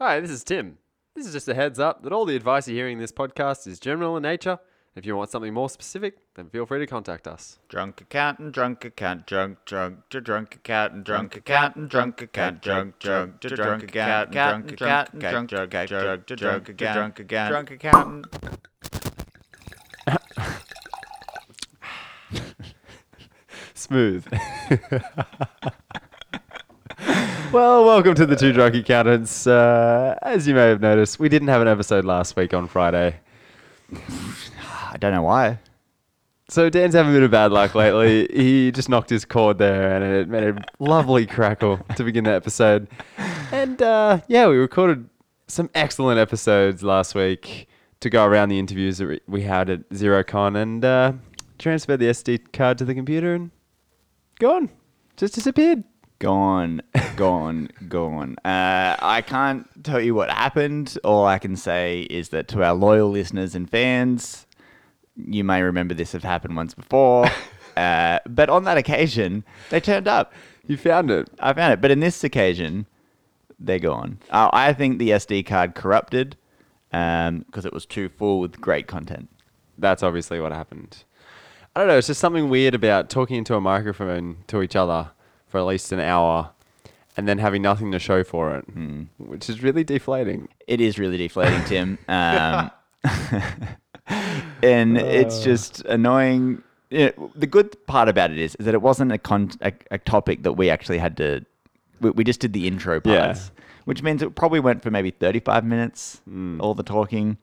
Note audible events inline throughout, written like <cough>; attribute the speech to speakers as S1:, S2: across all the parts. S1: Hi, this is Tim. This is just a heads up that all the advice you're hearing in this podcast is general in nature. If you want something more specific, then feel free to contact us.
S2: Drunk accountant, drunk account, drunk, drunk, to drunk accountant, drunk accountant, drunk account, drunk, drunk, to drunk accountant, drunk accountant, drunk, drunk, drunk, to drunk account, drunk account, drunk accountant.
S1: Smooth. <laughs> well, welcome to the Two Drunk Accountants. Uh, as you may have noticed, we didn't have an episode last week on Friday.
S2: I don't know why.
S1: So Dan's having a bit of bad luck lately. he just knocked his cord there, and it made a lovely crackle to begin the episode. And uh, yeah, we recorded some excellent episodes last week to go around the interviews that we- we had at ZeroCon, and uh, transferred the SD card to the computer and gone, just disappeared.
S2: Gone, gone, gone. Uh, I can't tell you what happened. All I can say is that to our loyal listeners and fans, you may remember this have happened once before. Uh, but on that occasion, they turned up.
S1: You found it.
S2: I found it. But in this occasion, they're gone. Uh, I think the SD card corrupted because it was too full with great content.
S1: That's obviously what happened. I don't know. It's just something weird about talking into a microphone to each other for at least an hour and then having nothing to show for it, which is really deflating.
S2: It is really
S1: <laughs>
S2: deflating, Tim. Um, <laughs> and it's
S1: Uh.
S2: just annoying. You know, the good part about it is, is that it wasn't a, con- a, a topic that we actually had to. We, we just did the intro
S1: Yeah.
S2: parts, which means it probably went for maybe 35 minutes,
S1: Hmm.
S2: all the talking.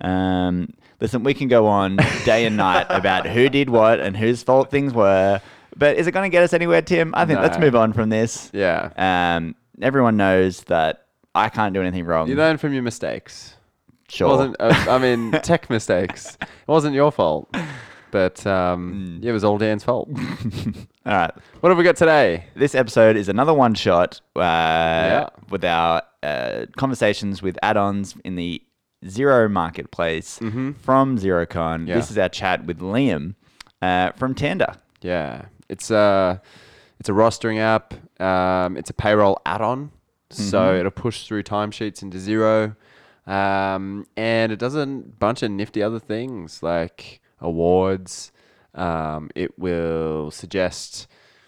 S2: Um, listen, we can go on day
S1: <laughs>
S2: and night about who did what and whose fault things were, but is it going to get us anywhere, Tim? I think let's
S1: No.
S2: move on from this.
S1: Yeah.
S2: Um, everyone knows that I can't do anything wrong.
S1: You learn from your mistakes. It
S2: sure.
S1: wasn't, uh, I mean, tech mistakes. It wasn't your fault, but um, yeah, it was all Dan's fault.
S2: All right.
S1: what have we got today?
S2: This episode is another one shot uh, with our uh, conversations with add ons in the Zero Marketplace from ZeroCon.
S1: Yeah.
S2: This is our chat with Liam uh, from Tender.
S1: Yeah, it's a it's a rostering app. Um, it's a payroll add-on, so it'll push through timesheets into Zero, um, and it does a bunch of nifty other things like awards. Um, it will suggest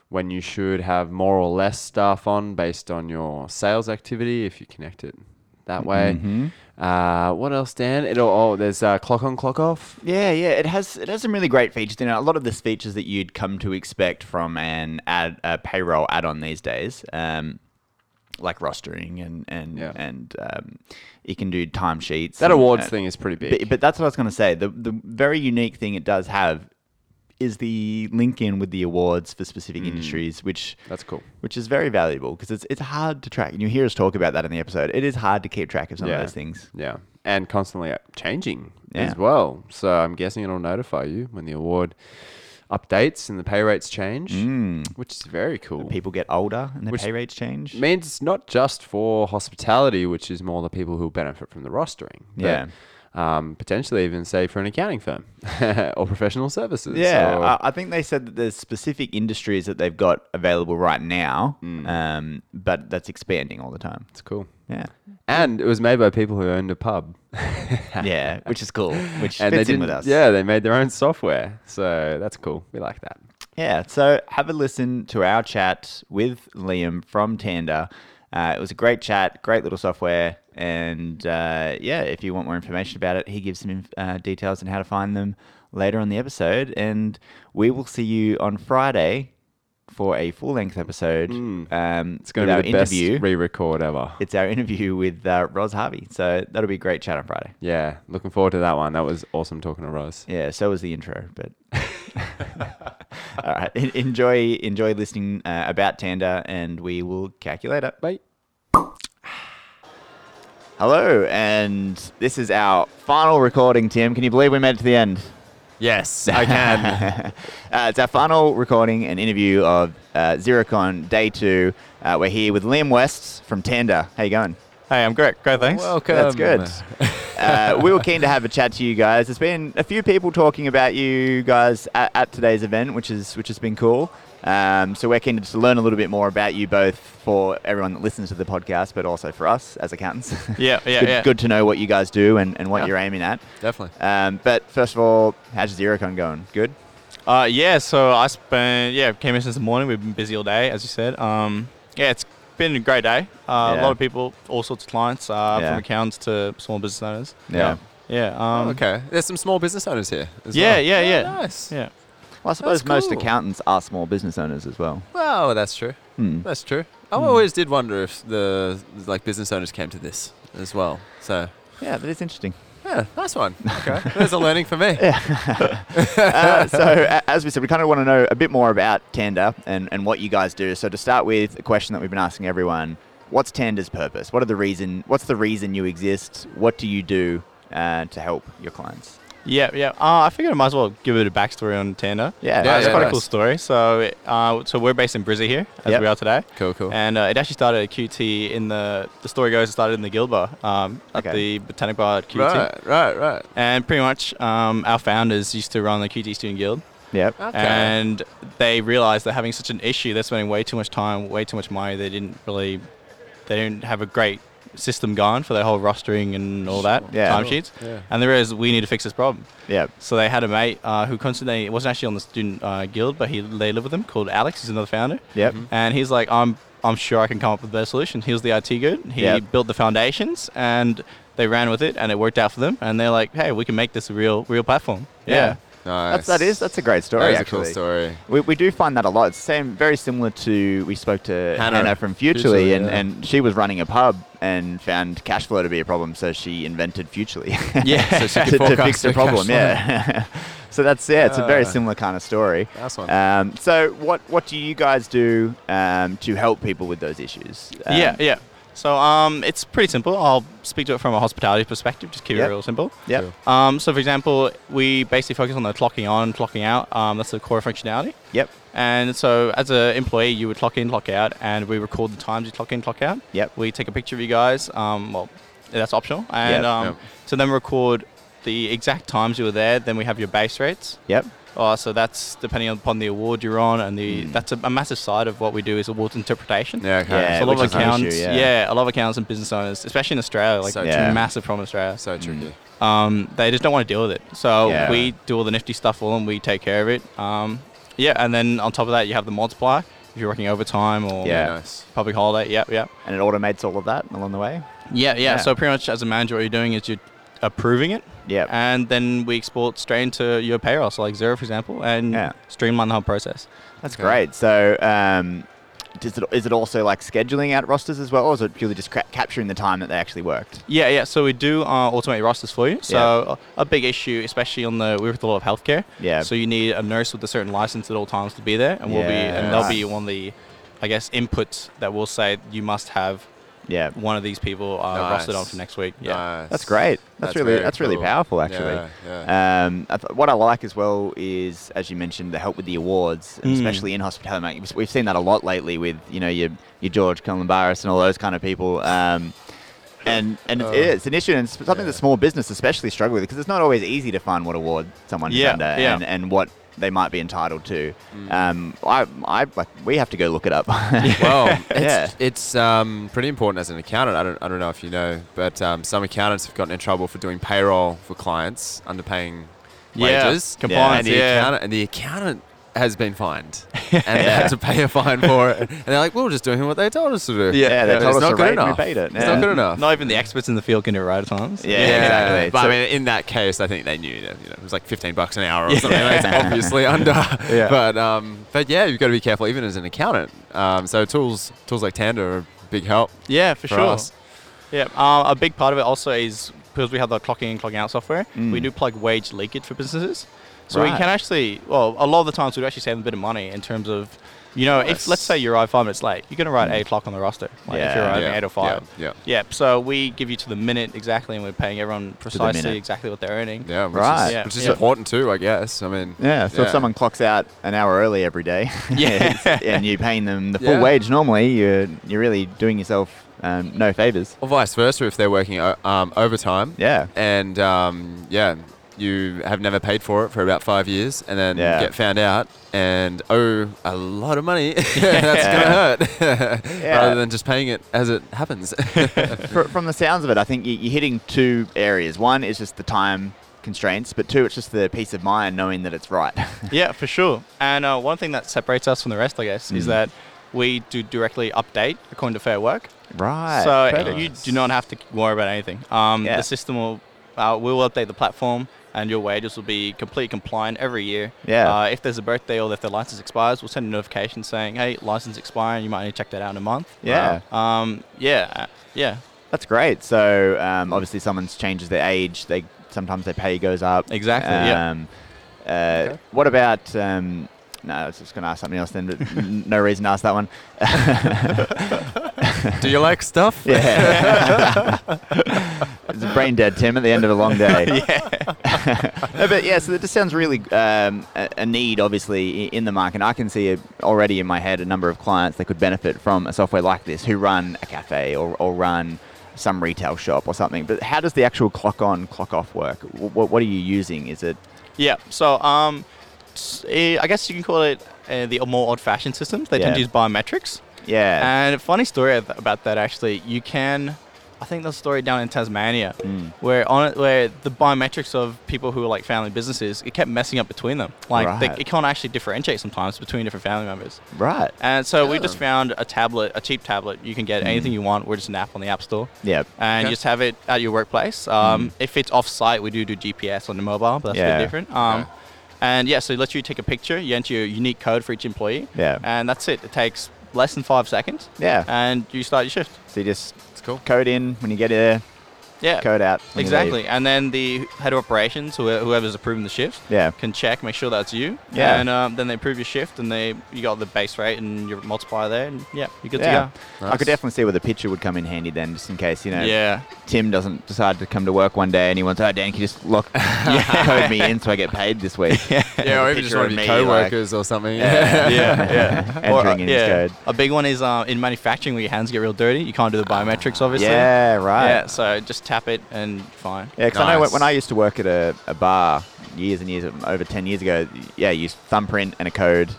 S1: when you should have more or less staff on based on your sales activity if you connect it that way. Uh, what else, Dan? It'll oh, there's uh, clock on, clock off.
S2: Yeah, yeah, it has it has some really great features in it. A lot of the features that you'd come to expect from an ad a payroll add-on these days, um, like rostering and and
S1: Yeah.
S2: and um, you can do timesheets.
S1: That
S2: and-
S1: awards
S2: uh,
S1: thing is pretty big.
S2: But, but that's what I was going to say. The the very unique thing it does have is the link in with the awards for specific industries, which
S1: Hmm. That's cool.
S2: which is very valuable because it's it's hard to track. And you hear us talk about that in the episode. It is hard to keep track of some of those things.
S1: Yeah, and constantly uh, changing
S2: Yeah.
S1: as well. So I'm guessing it'll notify you when the award updates and the pay rates change,
S2: Mm.
S1: which is very cool.
S2: People get older and their
S1: Which
S2: pay rates change.
S1: means it's not just for hospitality, which is more the people who benefit from the rostering. but,
S2: Yeah.
S1: Um, potentially even say for an accounting firm <laughs> or professional services.
S2: Yeah, uh,
S1: or-
S2: I, I think they said that there's specific industries that they've got available right now,
S1: Hmm.
S2: um, but that's expanding all the time.
S1: it's cool. <laughs>
S2: Yeah,
S1: And it was made by people who owned a pub. <laughs>
S2: yeah, which is cool, which
S1: And they
S2: fits
S1: did
S2: in with us.
S1: Yeah, they made their own software. So that's cool. We like that.
S2: yeah. So have a listen to our chat with Liam from Tanda. Uh, it was a great chat, great little software, and uh, yeah, if you want more information about it, he gives some inf- uh, details on how to find them later on the episode, and we will see you on Friday for a full-length episode. Um,
S1: Hmm. It's going to be the best re-record ever.
S2: it's our interview with uh, Roz Harvey. So that'll be a great chat on Friday.
S1: Yeah, looking forward to that one. That was awesome talking to Rose.
S2: Yeah, so was the intro, but all right. En- Enjoy, enjoy listening uh, about Tanda, and we will calculate it.
S1: Bye.
S2: Hello, and this is our final recording. Tim, can you believe we made it to the end? <laughs>
S1: Yes, I can.
S2: Uh, it's our final recording and interview of uh, ZeroCon Day Two. Uh, we're here with Liam West from Tanda. How you going?
S3: <laughs> Hey, I'm great. Great, thanks.
S1: Welcome.
S2: That's good. uh, we were keen to have a chat to you guys. There's been a few people talking about you guys at, at today's event, which is which has been cool. Um, so we're keen to just learn a little bit more about you both for everyone that listens to the podcast, but also for us as accountants. <laughs>
S3: Yeah, yeah,
S2: good,
S3: yeah.
S2: good to know what you guys do and, and what
S1: Yeah.
S2: you're aiming at.
S1: Definitely.
S2: Um, but first of all, how's ZeroCon going? Good?
S3: Uh, yeah, so I spent yeah came in since the morning. We've been busy all day, as you said. Um, yeah, it's been a great day. Uh, A
S2: Yeah.
S3: lot of people, all sorts of clients, uh,
S2: Yeah.
S3: from accountants to small business owners.
S1: Yeah.
S3: Yeah. Um,
S1: okay. There's some small business owners here. as
S3: Yeah,
S1: well.
S3: yeah, yeah.
S1: Oh, nice.
S3: Yeah.
S2: Well, I suppose most
S1: cool.
S2: accountants are small business owners as well.
S1: Well, that's true.
S2: Hmm.
S1: That's true. I always did wonder if the like business owners came to this as well. So
S2: Yeah, but it's interesting.
S1: yeah, nice one. Okay, there's a learning for me.
S2: uh, so, a- as we said, we kind of want to know a bit more about Tanda and, and what you guys do. So, to start with, a question that we've been asking everyone: What's Tanda's purpose? What are the reason? What's the reason you exist? What do you do uh, to help your clients?
S3: Yeah, yeah. Uh, I figured I might as well give it a backstory on Tanda.
S2: Yeah,
S3: uh, it's
S1: yeah,
S3: quite a
S1: nice.
S3: cool story. So, uh, so we're based in Brizzy here, as
S2: Yep.
S3: we are today.
S1: Cool, cool.
S3: And uh, it actually started at QT in the the story goes it started in the Guild Bar, um, at
S2: Okay.
S3: the Botanic Bar at QT.
S1: right, right, right.
S3: And pretty much, um, our founders used to run the QT Student Guild,
S2: Yep.
S1: Okay.
S3: and they realized they're having such an issue. They're spending way too much time, way too much money. They didn't really, they didn't have a great system going for their whole rostering and all that
S2: Yeah.
S3: timesheets.
S1: Sure, yeah.
S3: And they realized we need to fix this problem.
S2: Yep.
S3: So they had a mate uh, who constantly it wasn't actually on the student uh, guild, but he they lived with them called Alex. He's another founder.
S2: Yep.
S3: And he's like, I'm I'm sure I can come up with a better solution. He was the IT good. He
S2: Yep.
S3: built the foundations and they ran with it and it worked out for them. And they're like, hey, we can make this a real real platform.
S2: Yeah.
S3: Yeah.
S1: Nice.
S2: That's, that is that's a great story.
S1: That is a
S2: actually.
S1: cool story.
S2: We, we do find that a lot. It's same, very similar to we spoke to Hannah,
S1: Hannah.
S2: from Futurely,
S1: Futurely,
S2: and,
S1: yeah.
S2: and she was running a pub and found cash flow to be a problem, so she invented Futurely.
S3: Yeah.
S1: So
S2: <laughs>
S1: she could
S2: to, to
S1: forecast
S2: fix the
S1: her cash
S2: problem.
S1: flow.
S2: Yeah. <laughs> so that's yeah, it's a very
S1: Ah.
S2: similar kind of story.
S1: That's one.
S2: Um, so what what do you guys do um, to help people with those issues? Um,
S3: yeah, yeah. So um, it's pretty simple. I'll speak to it from a hospitality perspective. Just keep
S2: Yep.
S3: it real simple.
S2: Yep.
S1: Cool.
S3: Um, so, for example, we basically focus on the clocking on, clocking out. Um, that's the core functionality.
S2: Yep.
S3: And so, as an employee, you would clock in, clock out, and we record the times you clock in, clock out.
S2: Yep.
S3: We take a picture of you guys. Um, well, that's optional. And
S2: Yep.
S3: um,
S1: Yep.
S3: so then we record the exact times you were there. Then we have your base rates.
S2: Yep.
S3: Uh, so that's depending upon the award you're on, and the
S2: Mm.
S3: that's a, a massive side of what we do is awards interpretation.
S1: Yeah. Okay.
S2: Yeah.
S3: So a lot of
S2: which is an issue,
S3: accounts,
S2: yeah.
S3: yeah. a lot of accounts and business owners, especially in Australia, like
S1: So
S3: it's
S2: true.
S3: a massive problem in Australia.
S1: So tricky.
S3: Um, they just don't want to deal with it. So
S2: Yeah.
S3: we do all the nifty stuff for them. We take care of it. Um, yeah, and then on top of that, you have the multiplier if you're working overtime or
S2: Yeah.
S1: Nice.
S3: public holiday. Yeah, yeah,
S2: And it automates all of that along the way.
S3: yeah, yeah,
S2: Yeah.
S3: So pretty much as a manager, what you're doing is you're approving it.
S2: Yep.
S3: And then we export straight into your payroll, so like Zero, for example, and
S2: Yeah.
S3: streamline the whole process.
S2: That's
S1: Okay.
S2: great. So, um, does it, is it also like scheduling out rosters as well, or is it purely just ca- capturing the time that they actually worked?
S3: Yeah, yeah. So we do uh, automate rosters for you. So a big issue, especially on the we're with a lot of healthcare.
S2: Yeah.
S3: So you need a nurse with a certain license at all times to be there, and we'll be and
S2: Yes.
S3: they'll be one of the, I guess, inputs that will say you must have
S2: Yeah,
S3: one of these people uh, rostered on for next week. Yeah.
S1: Nice.
S2: that's great. That's, really
S1: very
S2: that's really
S1: cool.
S2: powerful actually.
S1: Yeah, yeah.
S2: Um, I th- what I like as well is, as you mentioned, the help with the awards, and
S3: Mm.
S2: especially in hospitality. mate. We've- We've seen that a lot lately with you know your your George Columbaris and all those kind of people. Um, and and it's,
S1: Uh,
S2: it's an issue, and it's something
S1: yeah.
S2: that small business especially struggle with because it's not always easy to find what award someone is
S3: Yeah,
S2: under
S3: yeah.
S2: and, and what they might be entitled to.
S1: Hmm.
S2: Um, I, I like we have to go look it
S3: <laughs>
S2: up.
S1: <laughs>
S2: <laughs>
S1: well, it's,
S2: Yeah.
S1: it's um, pretty important as an accountant. I don't, I don't know if you know, but um, some accountants have gotten in trouble for doing payroll for clients, underpaying
S3: Yeah,
S1: wages.
S3: compliance,
S1: And the,
S3: yeah.
S1: accountant, and the accountant has been
S2: <laughs>
S1: fined. and they had to pay a fine for it. And they're like, we were just doing what they told us to do.
S2: Yeah, they
S1: But
S2: told
S1: it's not
S2: us to
S1: good
S2: rate and we
S1: enough.
S2: paid it.
S1: It's
S2: Yeah.
S1: not good enough.
S3: Not even the experts in the field can do it right at times.
S2: Yeah, exactly.
S1: But
S2: So-
S1: I mean, in that case, I think they knew that you know, it was like 15 bucks an hour or something. It's
S2: <laughs>
S1: obviously under.
S2: Yeah.
S1: But um, but yeah, you've got to be careful even as an accountant. Um, so tools tools like Tanda are a big help.
S3: Yeah, for,
S1: For
S3: sure.
S1: us.
S3: Yeah, uh, a big part of it also is because we have the clocking in, clocking out software, we
S2: Mm.
S3: do plug wage leakage for businesses. So
S2: Right.
S3: we can actually, well, a lot of the times we would actually save a bit of money in terms of, you know, if let's say you arrive five minutes late, you're going to write eight o'clock on the roster. Like if you're
S2: Mm. Yeah.
S3: arriving eight or five.
S1: Yeah.
S3: Yeah, so we give you to the minute exactly, and we're paying everyone precisely
S2: minute.
S3: exactly what they're earning.
S1: Yeah. yeah which
S2: Right.
S1: Is,
S3: Yeah,
S1: Which is
S3: yeah.
S1: important too, I guess. I mean.
S2: Yeah, so if someone clocks out an hour early every day, <laughs>
S3: Yeah.
S2: it's- and you're paying them the full
S1: Yeah.
S2: wage normally, you're you're really doing yourself um, no favors.
S1: Or vice versa, if they're working o- um, uh, overtime.
S2: Yeah,
S1: And um, yeah, you have never paid for it for about five years and then
S2: Yeah.
S1: get found out and owe a lot of
S2: <laughs>
S1: money. <laughs> That's going to hurt rather than just paying it as it happens. <laughs>
S2: Fr- from the sounds of it, I think you- you're hitting two areas. One is just the time constraints, but two, it's just the peace of mind knowing that it's right.
S3: yeah, for sure. And uh, one thing that separates us from the rest, I guess,
S2: Mm.
S3: is that we do directly update according to Fair Work.
S2: right.
S3: so
S2: perfect.
S3: you do not have to worry about anything. Um,
S2: Yeah.
S3: The system will uh, we will update the platform, and your wages will be completely compliant every year.
S2: Yeah.
S3: Uh, if there's a birthday or if the license expires, we'll send a notification saying, "Hey, license expiring. You might need to check that out in a month."
S2: Yeah.
S3: Um, yeah. uh, Yeah.
S2: That's great. So um, obviously, someone's changes their age. They sometimes their pay goes up.
S3: Exactly, yeah.
S2: Um, yeah. Uh, What about? Um, no, I was just going to ask something else then, but n- no reason to ask that one.
S1: Do you like stuff?
S2: Yeah. it's a brain dead, Tim, at the end of a long day. no, but <laughs> yeah, so that just sounds really um, a, a need, obviously, i- in the market. And I can see a, already in my head a number of clients that could benefit from a software like this who run a cafe or, or run some retail shop or something. But how does the actual clock on, clock off work? What, what are you using? Is it.
S3: Yeah. So um, s- eh, I guess you can call it uh, the more old-fashioned systems. They tend
S2: Yeah.
S3: to use biometrics.
S2: Yeah.
S3: And a funny story ab- about that actually. You can, I think there's a story down in Tasmania
S2: Hmm.
S3: where on it, where the biometrics of people who are like family businesses, it kept messing up between them. Like
S2: Right.
S3: they, it can't actually differentiate sometimes between different family members.
S2: right.
S3: And so we
S2: Oh.
S3: just found a tablet, a cheap tablet. You can
S2: Hmm.
S3: get anything you want. We're just an app on the app store.
S2: Yeah.
S3: And
S1: Okay.
S3: you just have it at your workplace. Um, If it's off site, we do do GPS on the mobile, but that's a
S2: Hmm. Yeah.
S3: bit different. Um,
S1: Okay.
S3: And yeah, so it lets you take a picture, you enter your unique code for each employee,
S2: Yeah.
S3: and that's it. It takes less than five seconds,
S2: Yeah.
S3: and you start your shift.
S2: So you just
S1: It's cool.
S2: code in when you get there,
S3: Yeah.
S2: code out. when you leave.
S3: Exactly. And then the head of operations, whoe- whoever's approving the shift,
S2: Yeah.
S3: can check, make sure that's you.
S2: Yeah.
S3: And um, then they approve your shift, and they you got the base rate and your multiplier there, and yeah, you're good
S2: Yeah.
S3: to go.
S2: I could
S1: Nice.
S2: definitely see where the picture would come in handy then, just in case, you know, <laughs>
S3: Yeah.
S2: Tim doesn't decide to come to work one day and he wants, oh, Dan, can you just lock, code me in so I get paid this week?
S1: Yeah, or even just
S2: Picture
S1: want
S2: of
S1: to
S2: me,
S1: be
S2: like-
S1: co-workers or something. <laughs>
S3: yeah,
S2: <laughs> Entering
S3: Or, uh,
S2: in
S3: yeah.
S2: his code.
S3: A big one is um, in manufacturing where your hands get real dirty. You can't do the biometrics, obviously.
S2: Yeah, right.
S3: Yeah, so just tap it and fine.
S2: Yeah, 'cause I know when- when
S1: Nice.
S2: I used to work at a, a bar years and years, over 10 years ago, yeah, you used thumbprint and a code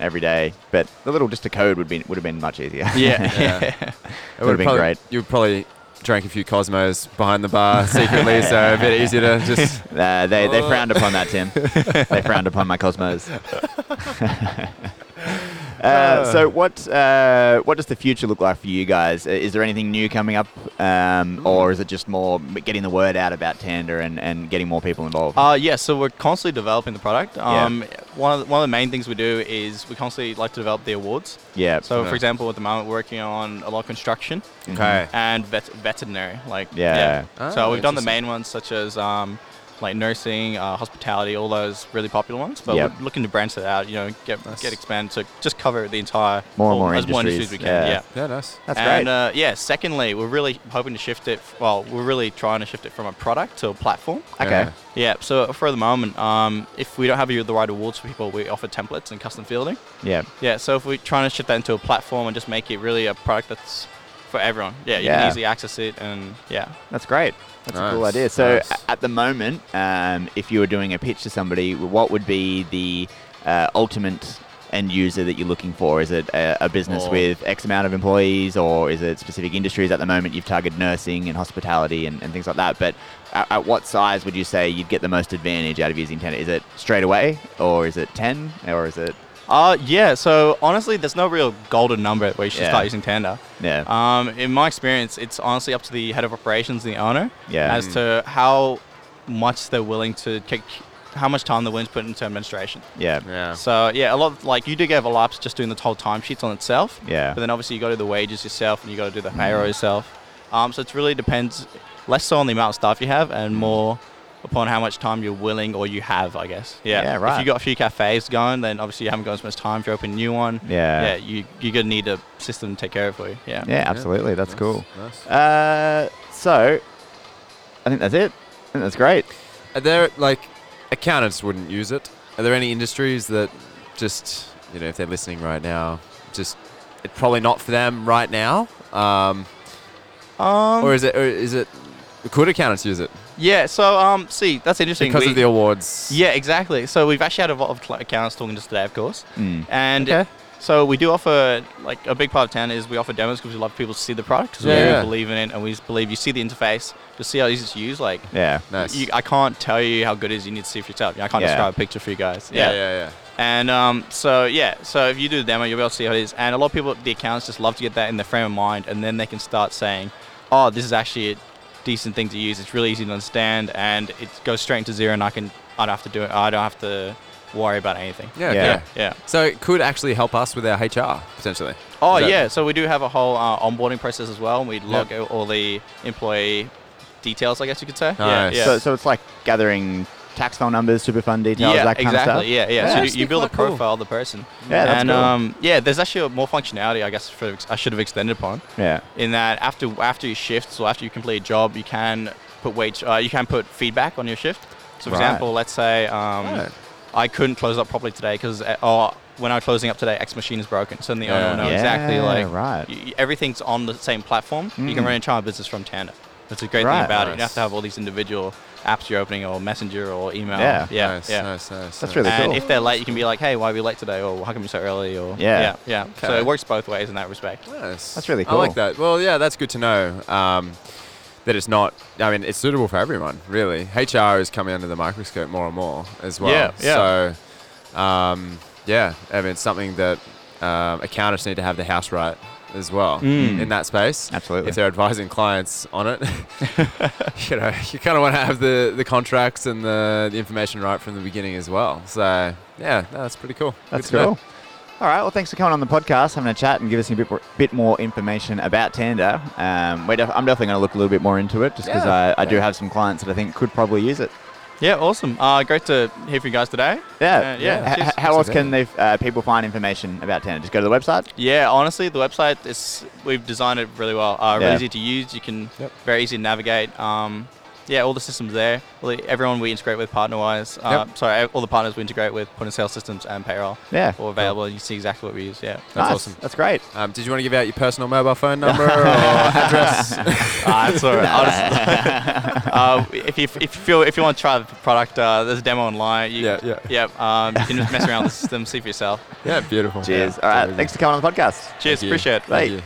S2: every day, but the little, just a code would be would have been much easier.
S3: <laughs>
S2: <laughs>
S3: Yeah.
S1: It
S2: would've been
S1: probably-
S2: great.
S1: You probably drank a few Cosmos behind the bar secretly, so a bit easier to
S2: <laughs>
S1: just.
S2: Uh, they, they
S1: Oh.
S2: frowned upon that,
S3: <laughs>
S2: Tim. they frowned upon my Cosmos.
S3: Ah.
S2: uh, so what uh, what does the future look like for you guys? I- Is there anything new coming up, um, or is it just more getting the word out about Tander and, and getting more people involved?
S3: Uh, yeah, so we're constantly developing the product.
S2: Yeah.
S3: Um, one, of the, one of the main things we do is we constantly like to develop the awards.
S2: yeah.
S3: So,
S1: Yeah.
S3: for example, at the moment, we're working on a lot of construction
S1: Okay.
S3: and vet- veterinary. Like,
S2: Yeah.
S3: so
S1: Oh,
S3: we've done the
S1: interesting.
S3: main ones such as um, like nursing, uh, hospitality, all those really popular ones. But
S2: Yep.
S3: we're looking to branch that out. You know, get
S1: Nice.
S3: get expanded to just cover the entire
S2: More and
S3: all-
S2: more
S3: as more
S2: industries,
S3: industries we can.
S2: yeah.
S3: Yeah.
S1: Yeah, nice.
S2: that's
S3: and
S2: great.
S3: Uh, yeah, secondly, we're really hoping to shift it. Well, we're really trying to shift it from a product to a platform.
S2: okay.
S3: Yeah, so for the moment, um, if we don't have the right awards for people, we offer templates and custom fielding.
S2: Yeah.
S3: Yeah, so if we're trying to shift that into a platform and just make it really a product that's for everyone, yeah, you
S2: Yeah.
S3: can easily access it and yeah.
S2: That's great. That's a cool
S1: Nice,
S2: idea. So
S1: nice.
S2: a- at the moment, um, if you were doing a pitch to somebody, what would be the uh, ultimate end user that you're looking for? Is it a, a business
S1: Or-
S2: with X amount of employees, or is it specific industries? At the moment, you've targeted nursing and hospitality and, and things like that. But at, at what size would you say you'd get the most advantage out of using Tenor? Is it straight away, or is it 10, or is it
S3: Uh, yeah, so honestly, there's no real golden number where you should
S2: Yeah.
S3: start using Tanda.
S2: yeah?
S1: Uh,
S3: Um, in my experience, it's honestly up to the head of operations and the owner
S2: Yeah.
S3: as to how much they're willing to take, how much time they're willing to put into administration.
S2: yeah.
S1: Yeah.
S3: So yeah, a lot of, like you do get overlaps just doing the whole timesheets on itself.
S2: Yeah.
S3: But then obviously you got to do the wages yourself and you got to do the payroll yourself. Um, so it really depends less so on the amount of staff you have and more upon how much time you're willing or you have, I guess. Yeah.
S2: Yeah, right.
S3: If you got a few cafes going, then obviously you haven't got as much time. If you open a new one,
S2: Yeah.
S3: yeah, you you're gonna need a system to take care of for you. Yeah.
S2: Yeah, absolutely. That's
S1: Nice,
S2: cool.
S1: nice.
S2: Uh, so I think that's it. I think that's great.
S1: Are there like accountants wouldn't use it? Are there any industries that just you know if they're listening right now, just it's probably not for them right now? Um,
S3: Um,
S1: or is it or is it Could accountants use it
S3: Yeah. So um, see, that's interesting.
S1: because
S3: We-
S1: of the awards?
S3: Yeah, exactly. So we've actually had a lot of cl- accountants talking to us today, of course.
S2: Mm.
S3: And
S1: Okay.
S3: so we do offer, like, a big part of town is we offer demos because we love people to see the product because we
S1: Yeah.
S3: really believe in it and we just believe you see the interface, to see how easy it's used. Like,
S2: Yeah.
S1: Nice.
S3: you, I can't tell you how good it is. You need to see for yourself. I can't
S2: Yeah.
S3: describe a picture for you guys.
S1: yeah, yeah, yeah.
S3: And um, so yeah, so if you do the demo, you'll be able to see how it is. And a lot of people, the accountants, just love to get that in their frame of mind, and then they can start saying, "Oh, this is actually a decent thing to use. It's really easy to understand, and it goes straight into zero, and I can, I don't have to do it. I don't have to worry about anything."
S1: Yeah, okay.
S2: Yeah.
S3: Yeah.
S1: So it could actually help us with our HR potentially.
S3: Oh
S1: Is that-
S3: yeah. So we do have a whole uh, onboarding process as well, and we log out all the employee details, I guess you could say.
S1: Nice.
S3: Yeah. Yeah.
S2: So, so it's like gathering tax file numbers, superfund details,
S3: yeah,
S2: that kind
S3: exactly.
S2: of stuff.
S3: Yeah, yeah.
S2: Yeah,
S3: so
S2: that's
S3: you, you build a
S1: quite cool.
S3: profile of the person.
S2: Yeah, that's
S3: and,
S2: cool.
S3: Um, yeah, there's actually more functionality, I guess, for, I should have extended upon.
S2: Yeah.
S3: in that after after your shifts or after you complete a job, you can put wage uh, you can put feedback on your shift. So, for
S2: Right.
S3: example, let's say um,
S1: Right.
S3: I couldn't close up properly today because oh, when I was closing up today, X machine is broken. So then the owner
S1: Yeah.
S3: will know
S2: Yeah,
S3: exactly like
S2: right. Mm.
S3: y- y- everything's on the same platform. You can run your entire business from Tandem. That's a great
S2: Right.
S3: thing about it. You don't
S1: Nice.
S3: have to have all these individual apps you're opening or Messenger or email.
S2: Yeah.
S3: yeah,
S1: nice,
S3: yeah.
S1: nice, nice.
S2: That's
S1: nice.
S2: really
S3: And
S2: cool.
S3: if they're late, you can be like, "Hey, why are we late today?" Or "How come you're so early?" Or
S2: Yeah.
S3: yeah, yeah. So
S1: Okay.
S3: it works both ways in that respect.
S1: Nice.
S2: That's really
S1: I like
S2: cool.
S1: that. Well, yeah, that's good to know. Um, that it's not. I mean, it's suitable for everyone, really. HR is coming under the microscope more and more as well.
S3: Yeah, yeah.
S1: So, um, yeah, I mean, it's something that um, accountants need to have the house right as well
S3: Mm.
S1: in that space.
S2: Absolutely.
S1: If they're advising clients on it, <laughs> you know, you kind of want to have the, the contracts and the, the information right from the beginning as well. So, yeah, no, that's pretty cool. Good
S2: That's
S1: to know.
S2: cool. All right. Well, thanks for coming on the podcast, having a chat, and giving us a bit more, bit more information about Tanda. Um, we're def- I'm definitely going to look a little bit more into it, just because
S1: Yeah.
S2: I, I do have some clients that I think could probably use it.
S3: Yeah, awesome. Uh, great to hear from you guys today.
S2: Yeah.
S3: Uh, yeah.
S2: H-
S3: cheers.
S2: h- how else can they, uh, people find information about Tanda? Just go to the website.
S3: Yeah, honestly, the website is we've designed it really well. Uh,
S2: Yeah.
S3: Really easy to use. You can
S1: Yep.
S3: very easy to navigate. Um, yeah, all the systems there. All the- Everyone we integrate with partner-wise. Uh,
S1: Yep.
S3: Sorry, all the partners we integrate with, point of sale systems and payroll.
S2: Yeah.
S3: all available. You can see exactly what we use. Yeah. <laughs>
S1: That's
S2: Nice.
S1: awesome.
S2: That's great.
S1: Um, did you want to give out your personal mobile phone number or
S2: <laughs>
S1: address?
S3: Ah, that's all right.
S2: <laughs>
S3: I'll just- uh, if you if you feel if you want to try the product, uh, there's a demo online. You,
S1: Yeah, yeah.
S3: yeah. Um, you can just mess around with the system, see for yourself.
S1: yeah, beautiful.
S2: Cheers. All right. Thanks for coming on the podcast.
S3: Cheers.
S1: Thank you.
S3: Appreciate it.
S2: Bye.
S1: Thank you.